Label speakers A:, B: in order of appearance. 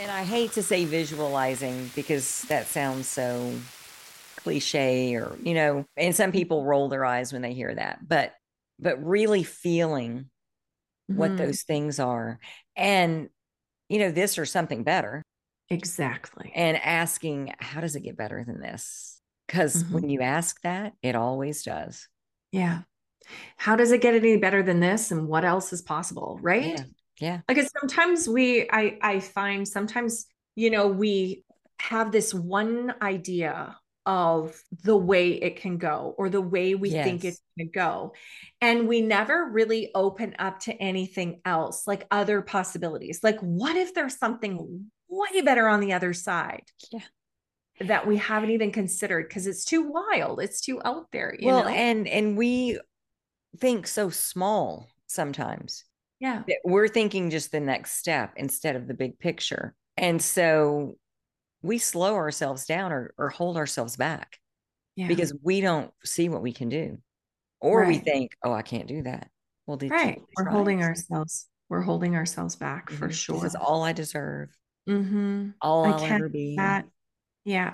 A: And I hate to say visualizing because that sounds so cliche or, you know, and some people roll their eyes when they hear that, but, but really feeling what
B: Mhm.
A: those things are and, you know, this or something better
B: Exactly.
A: and asking, how does it get better than this? Because
B: Mhm.
A: when you ask that, it always does.
B: Yeah. How does it get any better than this? And what else is possible? Right.
A: Yeah. Yeah.
B: Like it's sometimes we, I, I find sometimes, you know, we have this one idea of the way it can go or the way we think
A: Yes.
B: it's going to go. And we never really open up to anything else, like other possibilities. Like, what if there's something way better on the other side
A: Yeah.
B: that we haven't even considered because it's too wild, it's too out there, you
A: Well,
B: know?
A: and, and we think so small sometimes.
B: yeah.
A: that we're thinking just the next step instead of the big picture. And so we slow ourselves down or, or hold ourselves back
B: Yeah.
A: because we don't see what we can do. Or we
B: Right.
A: think, oh, I can't do that. Well, did you
B: Right. We're
A: try?
B: holding ourselves. We're holding ourselves back for
A: Mhm. This
B: sure.
A: is all I deserve,
B: Mm-hmm.
A: all
B: I
A: I'll
B: can't
A: ever be.
B: that. Yeah.